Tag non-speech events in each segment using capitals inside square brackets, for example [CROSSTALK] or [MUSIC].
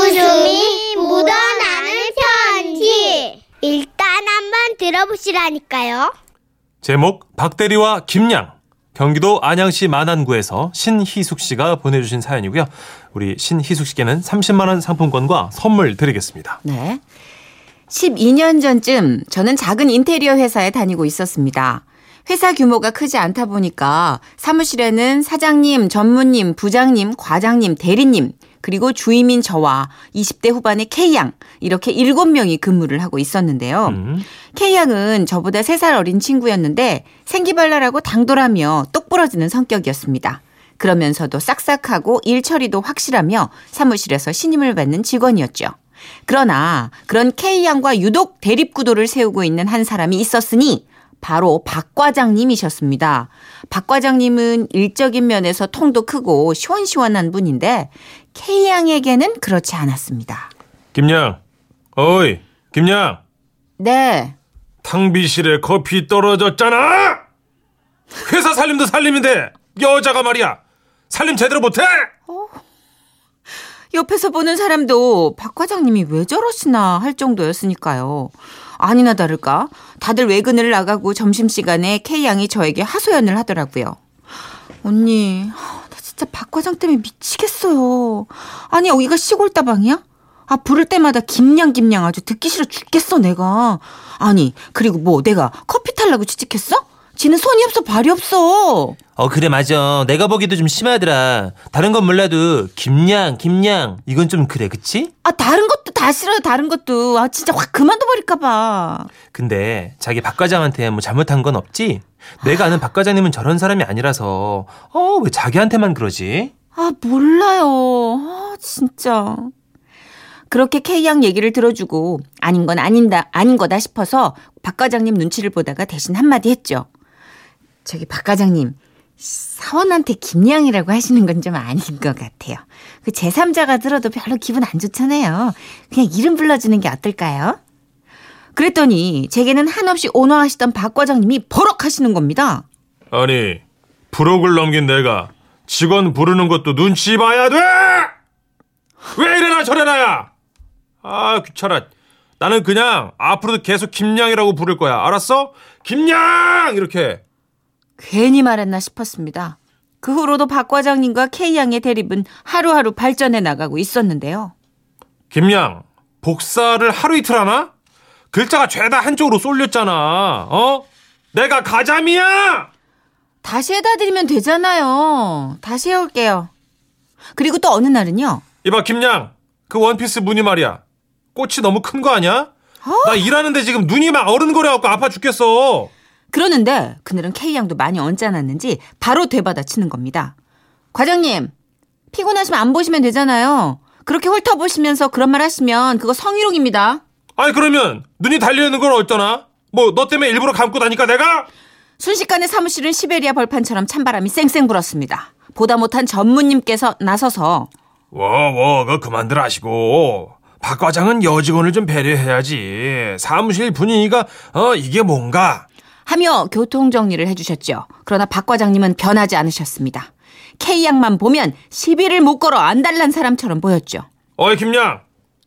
웃음이 묻어나는 편지. 일단 한번 들어보시라니까요. 제목 박대리와 김양 경기도 안양시 만안구에서 신희숙 씨가 보내주신 사연이고요. 우리 신희숙 씨께는 30만 원 상품권과 선물 드리겠습니다. 네. 12년 전쯤 저는 작은 인테리어 회사에 다니고 있었습니다. 회사 규모가 크지 않다 보니까 사무실에는 사장님, 전무님, 부장님, 과장님, 대리님, 그리고 주임인 저와 20대 후반의 K양, 이렇게 7명이 근무를 하고 있었는데요. 음, K양은 저보다 3살 어린 친구였는데 생기발랄하고 당돌하며 똑부러지는 성격이었습니다. 그러면서도 싹싹하고 일 처리도 확실하며 사무실에서 신임을 받는 직원이었죠. 그러나 그런 K양과 유독 대립구도를 세우고 있는 한 사람이 있었으니 바로 박 과장님이셨습니다. 박 과장님은 일적인 면에서 통도 크고 시원시원한 분인데 K양에게는 그렇지 않았습니다. 김양, 어이, 김양, 네, 탕비실에 커피 떨어졌잖아. 회사 살림도 살림인데 여자가 말이야 살림 제대로 못해? 옆에서 보는 사람도 박 과장님이 왜 저러시나 할 정도였으니까요. 아니나 다를까 다들 외근을 나가고 점심시간에 K양이 저에게 하소연을 하더라고요. 언니, 나 진짜 박 과장 때문에 미치겠어요. 아니 여기가 시골 다방이야? 아 부를 때마다 김양 김양 아주 듣기 싫어 죽겠어 내가. 아니 그리고 뭐 내가 커피 탈라고 취직했어? 지는 손이 없어 발이 없어. 어 그래 맞아. 내가 보기도 좀 심하더라. 다른 건 몰라도 김양, 김양 이건 좀 그래, 그치? 아 다른 것도 다 싫어요 다른 것도 아 진짜 확 그만둬버릴까 봐. 근데 자기 박 과장한테 뭐 잘못한 건 없지? 내가 아는 박 과장님은 저런 사람이 아니라서 어 왜 자기한테만 그러지? 아, 몰라요. 아, 진짜. 그렇게 K양 얘기를 들어주고 아닌 건 아닌다, 아닌 거다 싶어서 박 과장님 눈치를 보다가 대신 한마디 했죠. 저기 박 과장님, 사원한테 김양이라고 하시는 건 좀 아닌 것 같아요. 그 제3자가 들어도 별로 기분 안 좋잖아요. 그냥 이름 불러주는 게 어떨까요? 그랬더니 제게는 한없이 온화하시던 박 과장님이 버럭 하시는 겁니다. 아니 부록을 넘긴 내가 직원 부르는 것도 눈치 봐야 돼! 왜 이래나 저래나야! 아 귀찮아. 나는 그냥 앞으로도 계속 김양이라고 부를 거야. 알았어? 김양 이렇게. 괜히 말했나 싶었습니다. 그 후로도 박 과장님과 K양의 대립은 하루하루 발전해 나가고 있었는데요. 김양 복사를 하루 이틀 하나? 글자가 죄다 한쪽으로 쏠렸잖아. 어? 내가 가자미야! 다시 해다 드리면 되잖아요. 다시 해올게요. 그리고 또 어느 날은요. 이봐 김양 그 원피스 무늬 말이야 꽃이 너무 큰 거 아니야? 나 일하는데 지금 눈이 막 어른거려갖고 아파 죽겠어 그러는데 그늘은 K양도 많이 언짢았는지 바로 되받아치는 겁니다. 과장님, 피곤하시면 안 보시면 되잖아요. 그렇게 훑어보시면서 그런 말 하시면 그거 성희롱입니다. 아니 그러면 눈이 달려있는 걸 어쩌나? 뭐 너 때문에 일부러 감고 다니까 내가? 순식간에 사무실은 시베리아 벌판처럼 찬바람이 쌩쌩 불었습니다. 보다 못한 전무님께서 나서서 워워 그 그만들 하시고 박 과장은 여직원을 좀 배려해야지 사무실 분위기가 어 이게 뭔가 하며 교통 정리를 해주셨죠. 그러나 박 과장님은 변하지 않으셨습니다. K양만 보면 시비를 못 걸어 안달난 사람처럼 보였죠. 어이 김양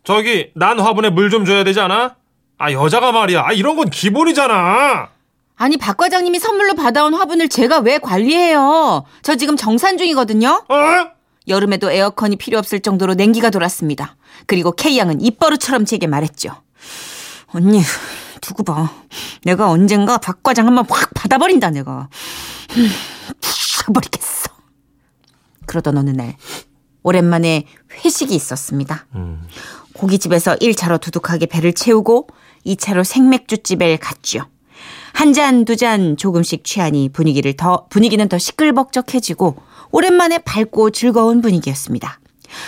저기 난 화분에 물 좀 줘야 되지 않아? 아 여자가 말이야 아 이런 건 기본이잖아 아니 박 과장님이 선물로 받아온 화분을 제가 왜 관리해요? 저 지금 정산 중이거든요. 어? 여름에도 에어컨이 필요 없을 정도로 냉기가 돌았습니다. 그리고 K양은 입버릇처럼 제게 말했죠. 언니, 두고 봐. 내가 언젠가 박 과장 한번 확 받아버린다, 내가. 부숴버리겠어. 그러던 어느 날, 오랜만에 회식이 있었습니다. 고깃집에서 1차로 두둑하게 배를 채우고 2차로 생맥주집에 갔죠. 한 잔, 두 잔 조금씩 취하니 분위기를 더, 분위기는 더 시끌벅적해지고 오랜만에 밝고 즐거운 분위기였습니다.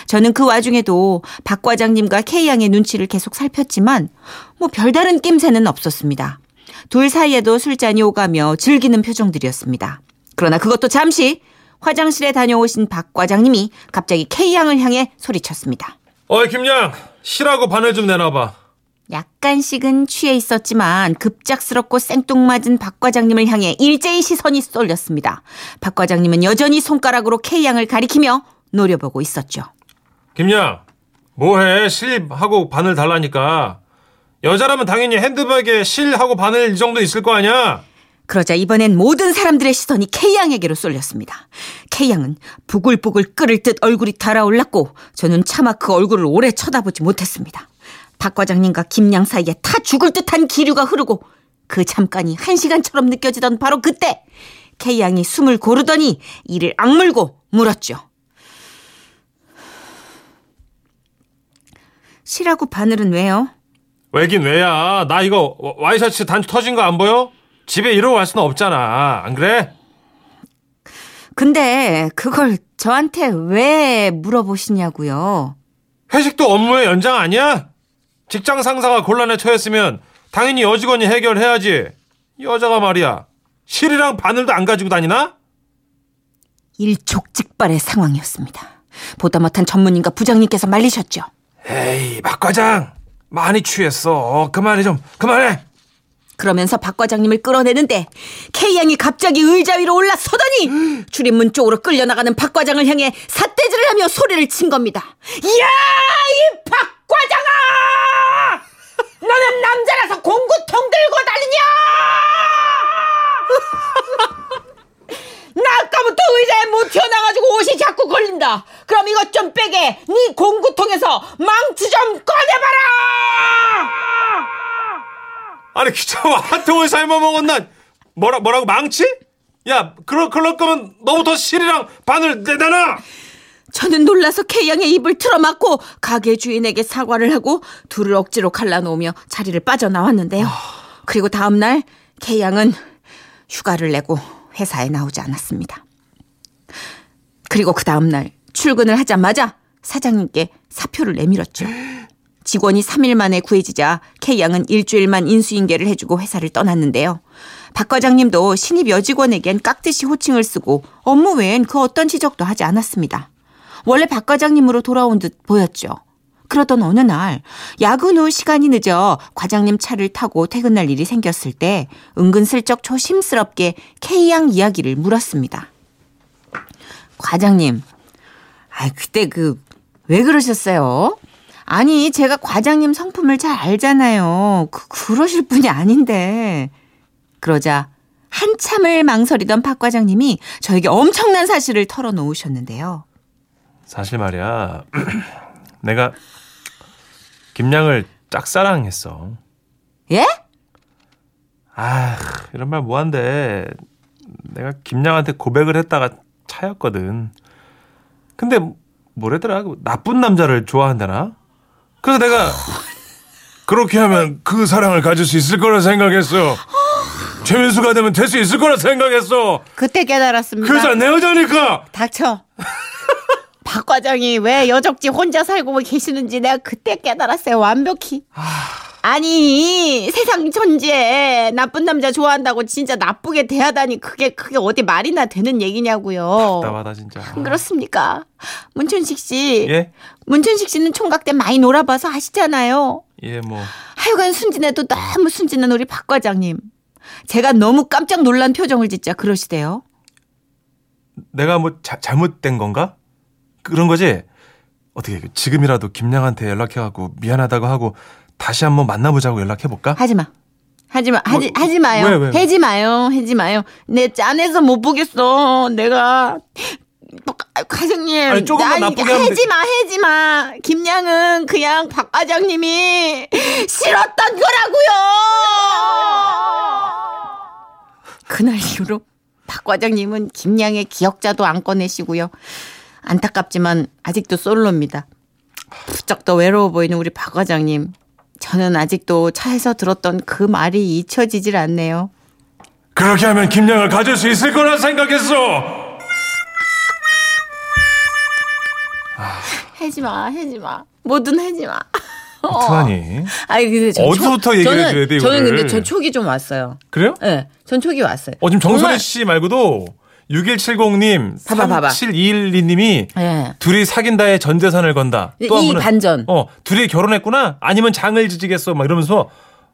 저는 그 와중에도 박 과장님과 K양의 눈치를 계속 살폈지만 뭐 별다른 낌새는 없었습니다. 둘 사이에도 술잔이 오가며 즐기는 표정들이었습니다. 그러나 그것도 잠시 화장실에 다녀오신 박 과장님이 갑자기 K양을 향해 소리쳤습니다. 어이 김양 실하고 바늘 좀 내놔봐 약간씩은 취해 있었지만 급작스럽고 생뚱맞은 박 과장님을 향해 일제히 시선이 쏠렸습니다. 박 과장님은 여전히 손가락으로 K양을 가리키며 노려보고 있었죠. 김양 뭐해 실하고 바늘 달라니까 여자라면 당연히 핸드백에 실하고 바늘 이 정도 있을 거 아니야 그러자 이번엔 모든 사람들의 시선이 K양에게로 쏠렸습니다. K양은 부글부글 끓을 듯 얼굴이 달아올랐고 저는 차마 그 얼굴을 오래 쳐다보지 못했습니다. 박 과장님과 김양 사이에 타 죽을 듯한 기류가 흐르고 그 잠깐이 한 시간처럼 느껴지던 바로 그때 K양이 숨을 고르더니 이를 악물고 물었죠. 실하고 바늘은 왜요? 왜긴 왜야 나 이거 와- 와이셔츠 단 터진 거 안 보여? 집에 이러고 갈 수는 없잖아 안 그래? 근데 그걸 저한테 왜 물어보시냐고요. 회식도 업무의 연장 아니야? 직장 상사가 곤란에 처했으면 당연히 여직원이 해결해야지 여자가 말이야 실이랑 바늘도 안 가지고 다니나? 일촉즉발의 상황이었습니다. 보다 못한 전문인과 부장님께서 말리셨죠. 에이 박 과장 많이 취했어 그만해 좀 그만해 그러면서 박 과장님을 끌어내는데 K양이 갑자기 의자 위로 올라서더니 출입문 쪽으로 끌려나가는 박 과장을 향해 삿대질을 하며 소리를 친 겁니다. 이야 이 박 과장아! 너는 남자라서 공구통 들고 다니냐! 나 아까부터 의자에 못 튀어나가지고 옷이 자꾸 걸린다. 그럼 이것 좀 빼게 네 공구통에서 망치 좀 꺼내봐라! 아니 그 기차와 핫통을 삶아 먹었나 뭐라 뭐라고 망치? 야 그럴 그럴 거면 너부터 실이랑 바늘 내놔 저는 놀라서 K양의 입을 틀어막고 가게 주인에게 사과를 하고 둘을 억지로 갈라놓으며 자리를 빠져나왔는데요. 그리고 다음날 K양은 휴가를 내고 회사에 나오지 않았습니다. 그리고 그 다음날 출근을 하자마자 사장님께 사표를 내밀었죠. 직원이 3일 만에 구해지자 K양은 일주일만 인수인계를 해주고 회사를 떠났는데요. 박 과장님도 신입 여직원에겐 깍듯이 호칭을 쓰고 업무 외엔 그 어떤 지적도 하지 않았습니다. 원래 박 과장님으로 돌아온 듯 보였죠. 그러던 어느 날 야근 후 시간이 늦어 과장님 차를 타고 퇴근할 일이 생겼을 때 은근슬쩍 조심스럽게 K양 이야기를 물었습니다. 과장님, 아, 그때 그 왜 그러셨어요? 아니, 제가 과장님 성품을 잘 알잖아요. 그, 그러실 분이 아닌데. 그러자 한참을 망설이던 박 과장님이 저에게 엄청난 사실을 털어놓으셨는데요. 사실 말이야 [CLEARS THROAT] 내가 김양을 짝사랑했어 예? 아 이런 말 뭐한데 내가 김양한테 고백을 했다가 차였거든 근데 뭐래더라 그 나쁜 남자를 좋아한다나 그래서 내가 그렇게 하면 그 사랑을 가질 수 있을 거라 생각했어 최민수가 되면 될 수 있을 거라 생각했어 그때 깨달았습니다. 그 여자 내 여자니까 닥쳐. [LAUGHS] 박 과장이 왜 여적지 혼자 살고 계시는지 내가 그때 깨달았어요. 완벽히. 아. 아니 세상 천지에 나쁜 남자 좋아한다고 진짜 나쁘게 대하다니 그게 그게 어디 말이나 되는 얘기냐고요. 답답하다 진짜 안 그렇습니까? 문천식 씨. 예? 문천식 씨는 총각 때 많이 놀아봐서 아시잖아요. 예뭐 하여간 순진해도 너무 순진한 우리 박 과장님. 제가 너무 깜짝 놀란 표정을 짓자 그러시대요. 내가 뭐 자- 잘못된 건가? 그런 거지? 어떻게 그 지금이라도 김양한테 연락해갖고 미안하다고 하고 다시 한번 만나보자고 연락해볼까? 하지 마. 하지 마. 하지 뭐, 하지 마요. 왜, 왜, 왜? 하지 마요. 하지 마요. 내 짠해서 못 보겠어. 내가 과장님, 아니, 조금만 뭐, 나- 나쁘게 하면 하지 마, 하지 마. 김양은 그냥 박 과장님이 싫었던 거라고요. 그날 이후로 박 과장님은 김양의 기억자도 안 꺼내시고요. 안타깝지만 아직도 솔로입니다. 부쩍 더 외로워 보이는 우리 박 과장님. 저는 아직도 차에서 들었던 그 말이 잊혀지질 않네요. 그렇게 하면 김양을 가질 수 있을 거라 생각했어! 하지 마, 하지 마. 뭐든 하지 마. 어떡하니? 아니, 근데 저 어디서부터 초- 얘기를 저는- 해줘야 돼, 저는 이거를? 근데 전 촉이 좀 왔어요. 그래요? 예, 전 촉이 왔어요. 어, 지금 정말- 정선희 씨 말고도 6170님, 봐봐, 봐봐. 3721님이 예. 둘이 사귄다에 전 재산을 건다. 이- 어? 또한 어? 이 분은 반전. 어, 둘이 결혼했구나? 아니면 장을 지지겠어? 막 이러면서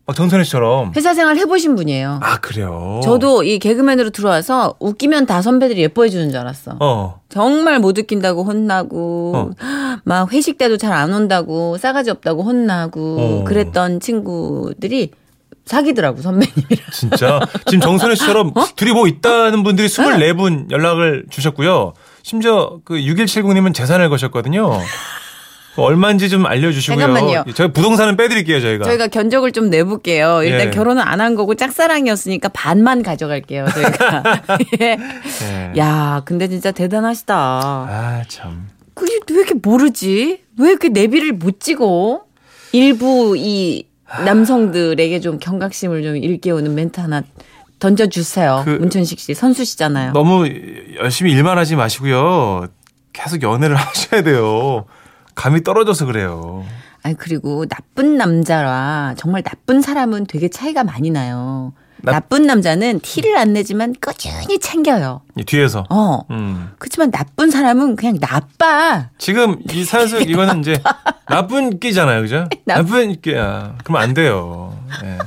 막 정선희 씨처럼. 회사 생활 해보신 분이에요. 아 그래요. 그- 어. 저도 이 개그맨으로 들어와서 웃기면 다 선배들이 예뻐해 주는 줄 알았어. 어. 정말 못 웃긴다고 어. 혼나고 막 회식 때도 잘 안 온다고 싸가지 없다고 혼나고 어. 그랬던 친구들이 사귀더라고 선배님이랑. 진짜 지금 정선혜 씨처럼 어? 둘이 뭐 있다는 분들이 네. 24분 연락을 주셨고요. 심지어 그 6170님은 재산을 거셨거든요. 그 얼마인지 좀 알려주시고요. 잠깐만요. 저희 부동산은 빼드릴게요 저희가. 저희가 견적을 좀 내볼게요. 일단 그러니까. 예. 결혼은 안 한 거고 짝사랑이었으니까 반만 가져갈게요. 저희가. [LAUGHS] 예. 예. 야, 근데 진짜 대단하시다. 아 참. 그게 왜 이렇게 모르지? 왜 이렇게 내비를 못 찍어? 일부 이 남성들에게 좀 경각심을 좀 일깨우는 멘트 하나 던져주세요. 그- 문천식 씨 선수시잖아요. 너무 열심히 일만 하지 마시고요. 계속 연애를 [LAUGHS] 하셔야 돼요. 감이 떨어져서 그래요. 아니 그리고 나쁜 남자와 정말 나쁜 사람은 되게 차이가 많이 나요. 나- 나쁜 남자는 티를 안 내지만 꾸준히 챙겨요. 이 뒤에서. 어. 음. 그렇지만 나쁜 사람은 그냥 나빠. 지금 이 사연서 이거는 이제 나쁜 끼잖아요, 그죠? 나- 나쁜 끼야. 그럼 안 돼요. 예.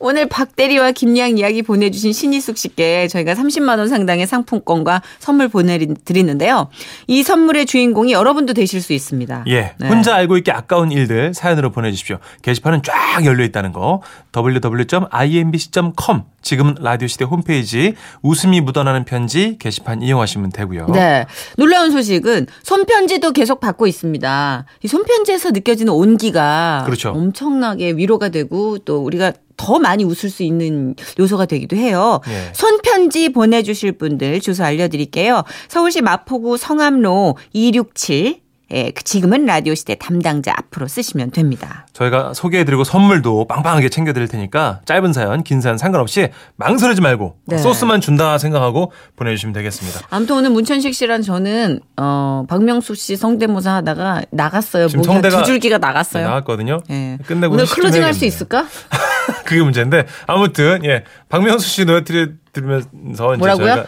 오늘 박대리와 김양 이야기 보내주신 신희숙 씨께 저희가 30만 원 상당의 상품권과 선물 보내드리는데요. 이 선물의 주인공이 여러분도 되실 수 있습니다. 예. 네. 혼자 알고 있기 아까운 일들 사연으로 보내주십시오. 게시판은 쫙 열려 있다는 거. www.imbc.com 지금은 라디오 시대 홈페이지 웃음이 묻어나는 편지 게시판 이용하시면 되고요. 네. 놀라운 소식은 손편지도 계속 받고 있습니다. 이 손편지에서 느껴지는 온기가 그렇죠. 엄청나게 위로가 되고 또 우리가 더 많이 웃을 수 있는 요소가 되기도 해요. 예. 손편지 보내주실 분들 주소 알려드릴게요. 서울시 마포구 성암로 267. 예, 그 지금은 라디오 시대 담당자 앞으로 쓰시면 됩니다. 저희가 소개해드리고 선물도 빵빵하게 챙겨드릴 테니까 짧은 사연, 긴 사연 상관없이 망설이지 말고 네. 소스만 준다 생각하고 보내주시면 되겠습니다. 아무튼 오늘 문천식 씨랑 저는 어 박명수 씨 성대모사 하다가 나갔어요. 지금 목이 한 성대가 두 줄기가 나갔어요. 나왔거든요. 예. 끝내고 오늘 회식 좀 클로징 할 수 해야겠네요. 있을까? [LAUGHS] 그게 문제인데 아무튼 예 박명수 씨 노래 들이- 들으면서 이제 뭐라고요?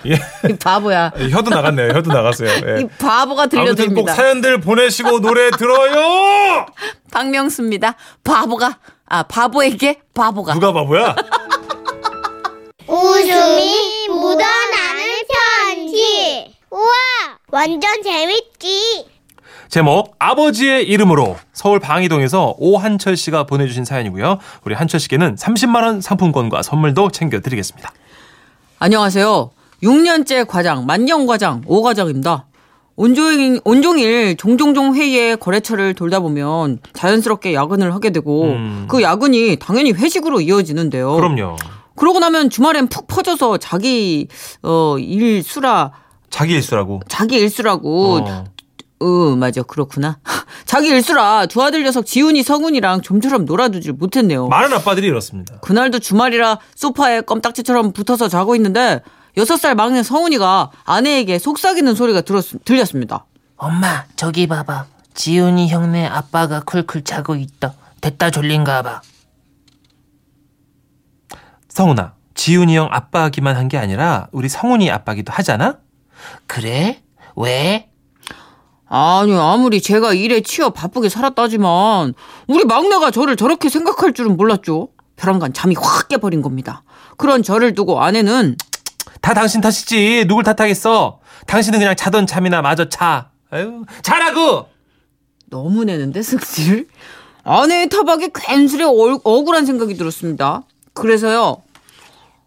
[LAUGHS] 저희가- 이 바보야. 예 혀도 나갔네요. 혀도 나갔어요. 예. 이 바보가 아무튼 꼭 들려드립니다. 사연들 보내시고 노래 들어요. 박명수입니다. 바보가 아 바보에게 바보가. [LAUGHS] 누가 바보야? 웃음이 묻어나는 편지. 우와, 완전 재밌지. 제목 아버지의 이름으로 서울 방이동에서 오한철 씨가 보내주신 사연이고요. 우리 한철 씨께는 30만 원 상품권과 선물도 챙겨드리겠습니다. 안녕하세요. 6년째 과장 만년 과장 오 과장입니다. 온종일, 온종일 종종종 회의에 거래처를 돌다 보면 자연스럽게 야근을 하게 되고 음. 그 야근이 당연히 회식으로 이어지는데요. 그럼요. 그러고 나면 주말엔 푹 퍼져서 자기 어 일수라 자기 일수라고. 자기 일수라고 어. 으, 맞아. 그렇구나. [LAUGHS] 자기 일수라 두 아들 녀석 지훈이 성훈이랑 좀처럼 놀아주질 못했네요. 많은 아빠들이 이렇습니다. 그날도 주말이라 소파에 껌딱지처럼 붙어서 자고 있는데 여섯 살 막내 성훈이가 아내에게 속삭이는 소리가 들었, 들렸습니다. 엄마 저기 봐봐 지훈이 형네 아빠가 쿨쿨 자고 있다 됐다 졸린가 봐 성훈아, 지훈이 형 아빠기만 한 게 아니라 우리 성훈이 아빠기도 하잖아. 그래? 왜? 아니 아무리 제가 일에 치여 바쁘게 살았다지만 우리 막내가 저를 저렇게 생각할 줄은 몰랐죠. 벼랑간 잠이 확 깨버린 겁니다. 그런 저를 두고 아내는 다 당신 탓이지. 누굴 탓하겠어? 당신은 그냥 자던 잠이나 마저 자. 아유, 자라고. 너무 내는데 승질? 아내의 타박에 괜스레 얼- 억울한 생각이 들었습니다. 그래서요.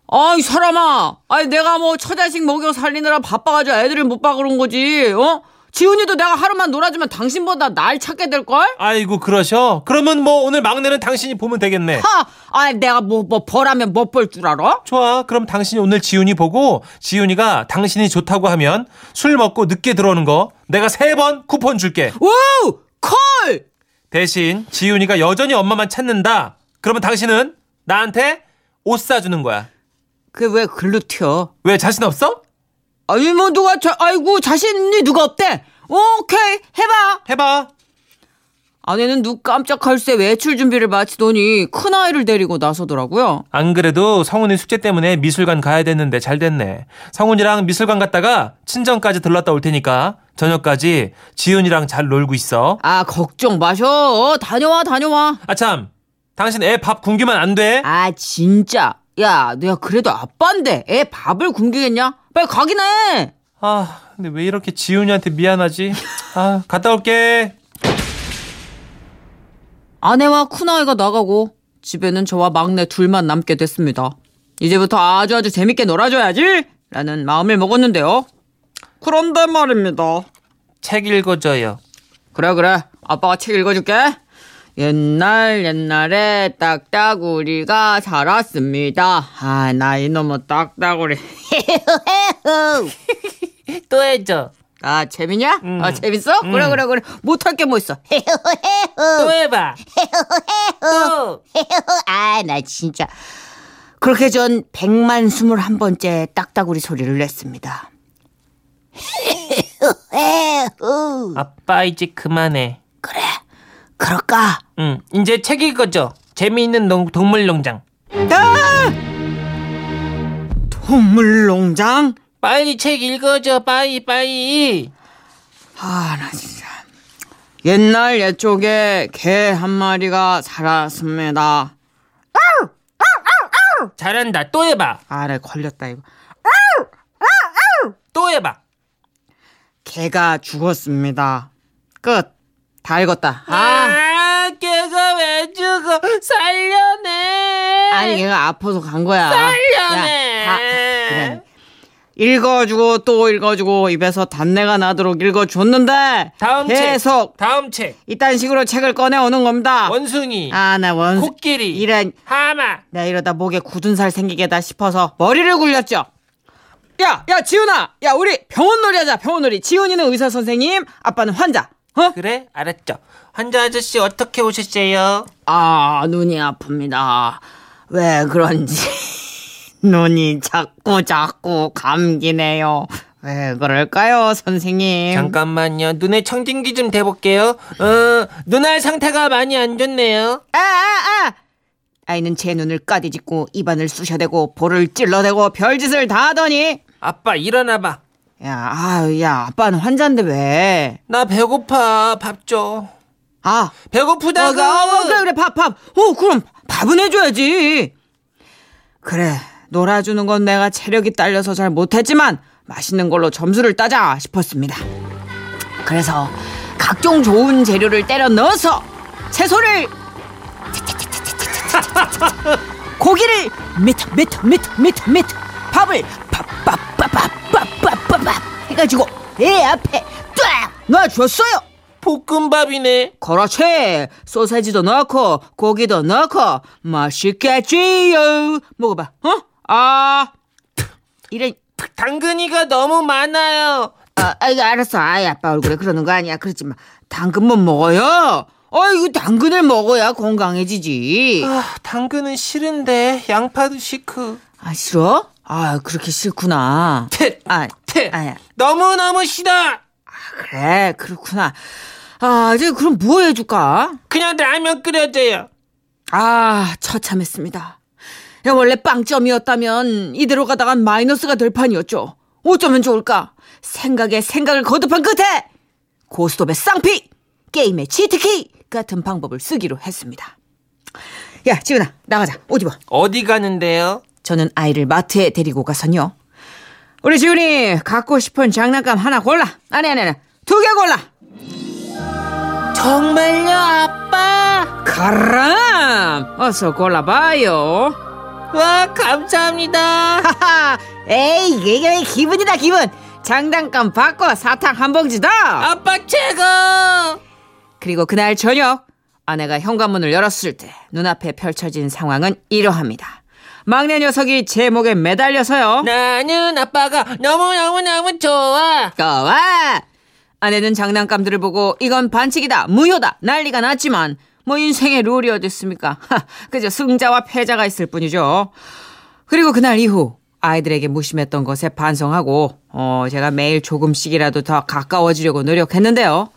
아이 사람아, 아이 내가 뭐 처자식 먹여 살리느라 바빠가지고 애들을 못 봐 그런 거지. 어? 지훈이도 내가 하루만 놀아주면 당신보다 날 찾게 될 걸? 아이고 그러셔. 그러면 뭐 오늘 막내는 당신이 보면 되겠네. 하, 아이 내가 뭐 뭐 벌하면 못 벌 줄 알아? 좋아. 그럼 당신이 오늘 지훈이 보고 지훈이가 당신이 좋다고 하면 술 먹고 늦게 들어오는 거 내가 세 번 쿠폰 줄게. 오, 콜! 대신 지훈이가 여전히 엄마만 찾는다. 그러면 당신은 나한테 옷 사주는 거야. 그 왜 글로 튀어? 왜 자신 없어? 아니 뭐 누가 자, 아이고 자신이 누가 없대? 오케이 해봐. 해봐. 아내는 눈 깜짝할새 외출 준비를 마치더니 큰아이를 데리고 나서더라고요. 안 그래도 성훈이 숙제 때문에 미술관 가야 됐는데 잘 됐네. 성훈이랑 미술관 갔다가 친정까지 들렀다 올 테니까 저녁까지 지훈이랑 잘 놀고 있어. 아, 걱정 마셔. 다녀와, 다녀와. 아참 당신 애 밥 굶기면 안 돼. 아 진짜 야 내가 그래도 아빠인데 애 밥을 굶기겠냐 빨리 가긴 해 아, 근데 왜 이렇게 지훈이한테 미안하지? 아, 갔다 올게. 아내와 큰아이가 나가고 집에는 저와 막내 둘만 남게 됐습니다 이제부터 아주 아주 재밌게 놀아줘야지 라는 마음을 먹었는데요 그런데 말입니다 책 읽어줘요. 그래 그래 아빠가 책 읽어줄게 옛날 옛날에 딱따구리가 살았습니다 아나 이놈의 딱따구리 [LAUGHS] 또 해줘. 아 재밌냐? 아 재밌어? 그래 그래 그래 못할 게 뭐 있어 어. [LAUGHS] 또 해봐. 또. 아 나 진짜 그렇게 전 100만 21번째 딱따구리 소리를 냈습니다 아빠 이제 그만해. 그럴까? 응, 이제 책 읽어줘. 재미있는 농- 동물농장. 동물농장? 빨리 책 읽어줘. 빨리 빨리. 아 나 진짜 옛날 옛쪽에 개 한 마리가 살았습니다 잘한다. 또 해봐. 아래 걸렸다 이거 또 해봐. 개가 죽었습니다 끝 다 읽었다 아 아, 걔가 왜 죽어? 살려내. 아니 얘가 아파서 간 거야. 야, 살려내. 다- 그래. 읽어주고 또 읽어주고 입에서 단내가 나도록 읽어줬는데 다음 계속 책. 다음 책. 이딴 식으로 책을 꺼내오는 겁니다. 원숭이. 아 나 원. 코끼리. 이런 하마. 나 이러다 목에 굳은 살 생기겠다 싶어서 머리를 굴렸죠. 야, 야, 지훈아, 야, 우리 병원놀이 하자, 병원놀이. 지훈이는 의사 선생님, 아빠는 환자. 어? 그래? 알았죠. 환자 아저씨 어떻게 오셨어요? 아, 눈이 아픕니다. 왜 그런지. [LAUGHS] 눈이 자꾸 자꾸 감기네요. 왜 그럴까요, 선생님? 잠깐만요. 눈에 청진기 좀 대볼게요. 어, 눈알 상태가 많이 안 좋네요. 아, 아, 아! 아이는 제 눈을 까디짓고 입안을 쑤셔대고 볼을 찔러대고 별짓을 다 하더니 아빠 일어나봐. 야, 아, 야, 아빠는 환자인데 왜? 나 배고파. 밥 줘. 아, 어, 배고프다고. 어, 그래, 그래, 밥, 밥. 어, 그럼 밥은 해줘야지. 그래, 놀아주는 건 내가 체력이 딸려서 잘 못했지만 맛있는 걸로 점수를 따자 싶었습니다. 그래서 각종 좋은 재료를 때려 넣어서 채소를 [LAUGHS] 고기를 미트 미트 미트 미트 미트 밥을 밥밥밥밥밥밥밥 해가지고 내 앞에 쫙 놔줬어요. 볶음밥이네. 그렇지 소세지도 넣고 고기도 넣고 맛있겠지요 먹어봐 어? 아 [LAUGHS] 이래 당근이가 너무 많아요. 아, 아 이거 알았어 아이 아빠 얼굴에 그러는 거 아니야 그렇지 마 당근만 먹어요 아이고 당근을 먹어야 건강해지지 아, 당근은 싫은데 양파도 싫고. 아 싫어? 아 그렇게 싫구나 퇴, 아, 퇴. 아. 너무 너무 싫어. 그래 그렇구나 아 이제 그럼 뭐 해줄까? 그냥 라면 끓여줘요. 아, 처참했습니다. 야, 원래 빵점이었다면 이대로 가다간 마이너스가 될 판이었죠. 어쩌면 좋을까? 생각에 생각을 거듭한 끝에 고스톱의 쌍피, 게임의 치트키 같은 방법을 쓰기로 했습니다. 야, 지훈아, 나가자. 옷 입어. 어디 가는데요? 저는 아이를 마트에 데리고 가서요. 우리 지훈이 갖고 싶은 장난감 하나 골라. 아니, 아니, 아니. 두 개 골라. 정말요, 아빠? 그럼 어서 골라봐요. 와, 감사합니다. 하하, 에이 이게 왜 기분이다 기분 장난감 바꿔 사탕 한 봉지 더 아빠 최고! 그리고 그날 저녁 아내가 현관문을 열었을 때 눈앞에 펼쳐진 상황은 이러합니다 막내 녀석이 제 목에 네. 매달려서요 나는 아빠가 너무너무너무 좋아. 거와 아내는 장난감들을 보고 이건 반칙이다 무효다 난리가 났지만 뭐 인생의 룰이 어딨습니까 하, 그저 승자와 패자가 있을 뿐이죠 그리고 그날 이후 아이들에게 무심했던 것에 반성하고 어 제가 매일 조금씩이라도 더 가까워지려고 노력했는데요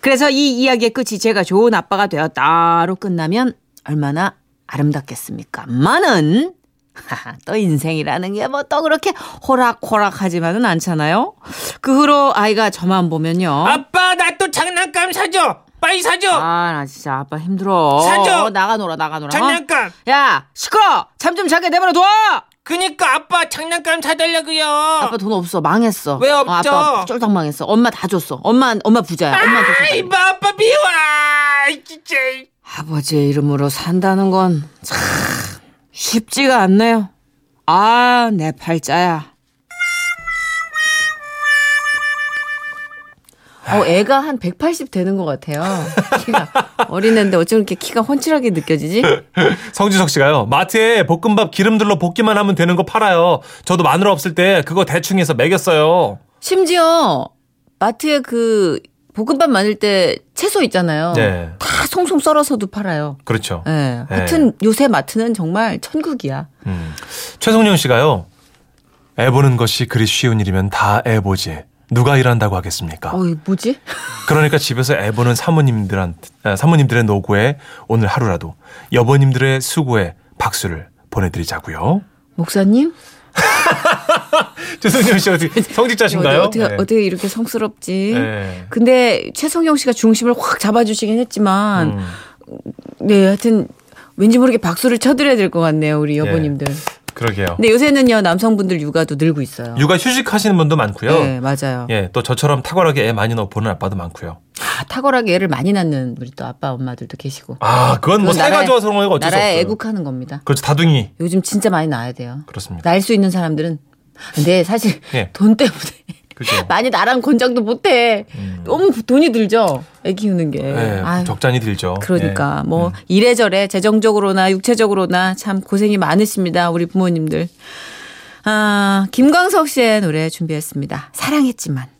그래서 이 이야기의 끝이 제가 좋은 아빠가 되었다로 끝나면 얼마나 아름답겠습니까 많은 하하, 또 인생이라는 게 뭐 또 그렇게 호락호락하지만은 않잖아요. 그 후로 아이가 저만 보면요. 아빠, 나 또 장난감 사줘. 빨리 사줘. 아 나 진짜 아빠 힘들어. 사줘! 어, 나가 놀아 나가 놀아. 어? 장난감. 야 시끄러. 잠 좀 자게 내버려 둬. 그니까 아빠 장난감 사달라고요. 아빠 돈 없어 망했어. 왜 어, 없죠? 아빠 쫄딱 망했어. 엄마 다 줬어. 엄마 엄마 부자야. 엄마 줬어. 아이 마 아빠 미워. 아이, 진짜. 아버지의 이름으로 산다는 건 참 쉽지가 않네요. 아, 내 팔자야. 아. 어, 애가 한 180 되는 것 같아요. [LAUGHS] 키가 어린애인데 어쩜 이렇게 키가 훤칠하게 [LAUGHS] 느껴지지? 성지석 씨가요. 마트에 볶음밥 기름들로 볶기만 하면 되는 거 팔아요. 저도 마늘 없을 때 그거 대충 해서 먹였어요. 심지어 마트에 그 볶음밥 만들 때 채소 있잖아요. 네. 다 송송 썰어서도 팔아요. 그렇죠. 예. 하여튼 요새 마트는 정말 천국이야. 음. 최성룡 씨가요. 애 보는 것이 그리 쉬운 일이면 다 애 보지. 누가 일한다고 하겠습니까? 어, 이 뭐지? 그러니까 집에서 애 보는 사모님들한테 아, 사모님들의 노고에 오늘 하루라도 여보님들의 수고에 박수를 보내드리자고요. [LAUGHS] 목사님? 최성룡 씨 어떻게 성직자신가요? 어떻게 네. 어떻게 이렇게 성스럽지? 네. 근데 최성경 씨가 중심을 확 잡아주시긴 했지만 음. 네 하여튼 왠지 모르게 박수를 쳐드려야 될 것 같네요 우리 여보님들. 그러게요. 근데 요새는요 남성분들 육아도 늘고 있어요. 육아 휴직하시는 분도 많고요. 네 맞아요. 예, 또 저처럼 탁월하게 애 많이 넣어 보는 아빠도 많고요. 아, 탁월하게 애를 많이 낳는 우리 또 아빠 엄마들도 계시고. 아, 그건 뭐 그건 살가 나라의- 좋아서 그런 거 어쩔 수 나라에 없어요. 애국하는 겁니다. 그렇죠, 다둥이. 요즘 진짜 많이 낳아야 돼요. 그렇습니다. 낳을 수 있는 사람들은 근데 사실 예. [LAUGHS] 돈 때문에 그죠. [LAUGHS] 음. 많이 나랑 권장도 못해. 너무 돈이 들죠. 애 키우는 게. 예, 네. 아유. 적잖이 들죠. 그러니까 예. 뭐 음. 이래저래 재정적으로나 육체적으로나 참 고생이 많으십니다 우리 부모님들. 아 김광석 씨의 노래 준비했습니다. 사랑했지만.